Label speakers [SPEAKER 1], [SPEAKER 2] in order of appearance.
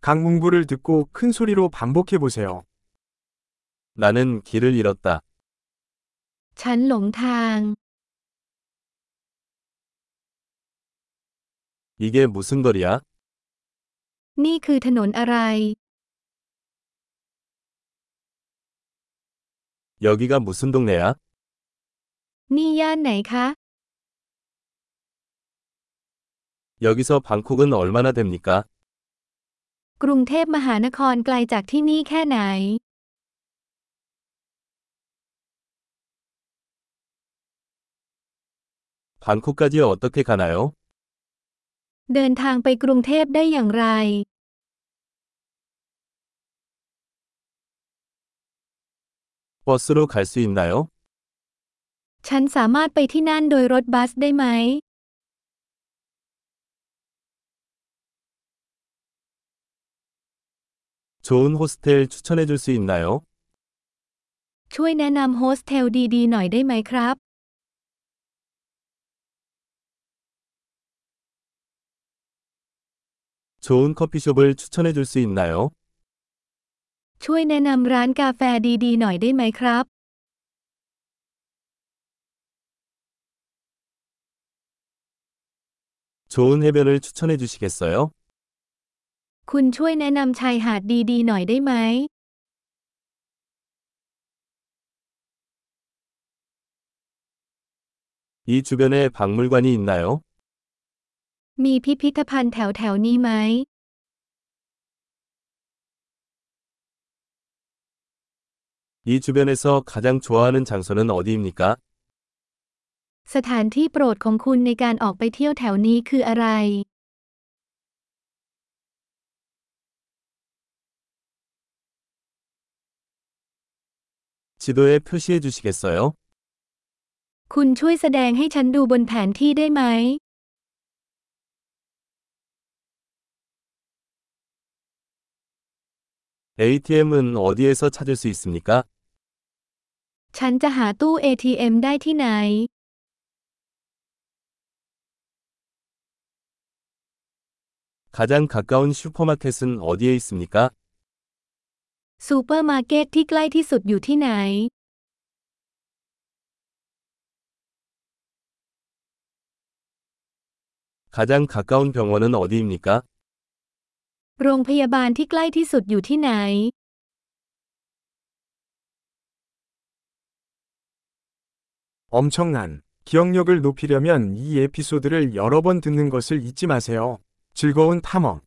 [SPEAKER 1] 각 문구를 듣고 큰 소리로 반복해 보세요.
[SPEAKER 2] 나는 길을 잃었다.
[SPEAKER 3] ฉันหลงทาง
[SPEAKER 2] 이게 무슨 거리야?
[SPEAKER 3] นี่คือถนนอะไร
[SPEAKER 2] 여기가 무슨 동네야?
[SPEAKER 3] นี่ย่านไหนคะ
[SPEAKER 2] 여기서 방콕은 얼마나 됩니까?
[SPEAKER 3] กรุงเทพมหานครไกลจากที่นี่แค่ไหน
[SPEAKER 2] 방콕까지 어떻게 가나요?
[SPEAKER 3] เดินทางไปกรุงเทพได้อย่างไร
[SPEAKER 2] 버스로 갈 수 있나요?
[SPEAKER 3] ฉันสามารถไปที่นั่นโดยรถบัสได้ไหม
[SPEAKER 2] 좋은 호스텔 추천해 줄 수 있나요?
[SPEAKER 3] ช่วยแนะนำโฮสเทลดีๆ หน่อยได้ไหมครับ
[SPEAKER 2] 좋은 커피숍을 추천해 줄 수 있나요?
[SPEAKER 3] ช่วยแนะนำร้านกาแฟดีๆ หน่อยได้ไหมครับ
[SPEAKER 2] 좋은 해변을 추천해 주시겠어요?
[SPEAKER 3] คุณช่วยแนะนำชายหาดดีๆ หน่อยได้ไหม
[SPEAKER 2] 이 주변에 박물관이 있나요?
[SPEAKER 3] มีพิพิธภัณฑ์แถวแถวๆนี้ไหม
[SPEAKER 2] 이 주변에서 가장 좋아하는 장소는 어디입니까?
[SPEAKER 3] สถานที่โปรดของคุณในการออกไปเที่ยวแถวนี้คืออะไร
[SPEAKER 2] 지도에 표시해 주시겠어요?
[SPEAKER 3] คุณช่วยแสดงให้ฉันดูบนแผนที่ได้ไหม
[SPEAKER 2] ATM은 어디에서 찾을 수 있습니까?
[SPEAKER 3] ฉันจะหาตู้ ATM ได้ที่ไหน
[SPEAKER 2] 가장 가까운 슈퍼마켓은 어디에 있습니까?
[SPEAKER 3] ซูเปอร์มาร์เก็ตที่ใกล้ที่สุดอยู่ที่ไหน
[SPEAKER 2] 가장 가까운 병원은 어디입니까?
[SPEAKER 3] โรงพยาบาลที่ใกล้ที่สุดอยู่ที่ไหน
[SPEAKER 1] 엄청난 기억력을 높이려면 이 에피소드를 여러 번 듣는 것을 잊지 마세요. 즐거운 탐험.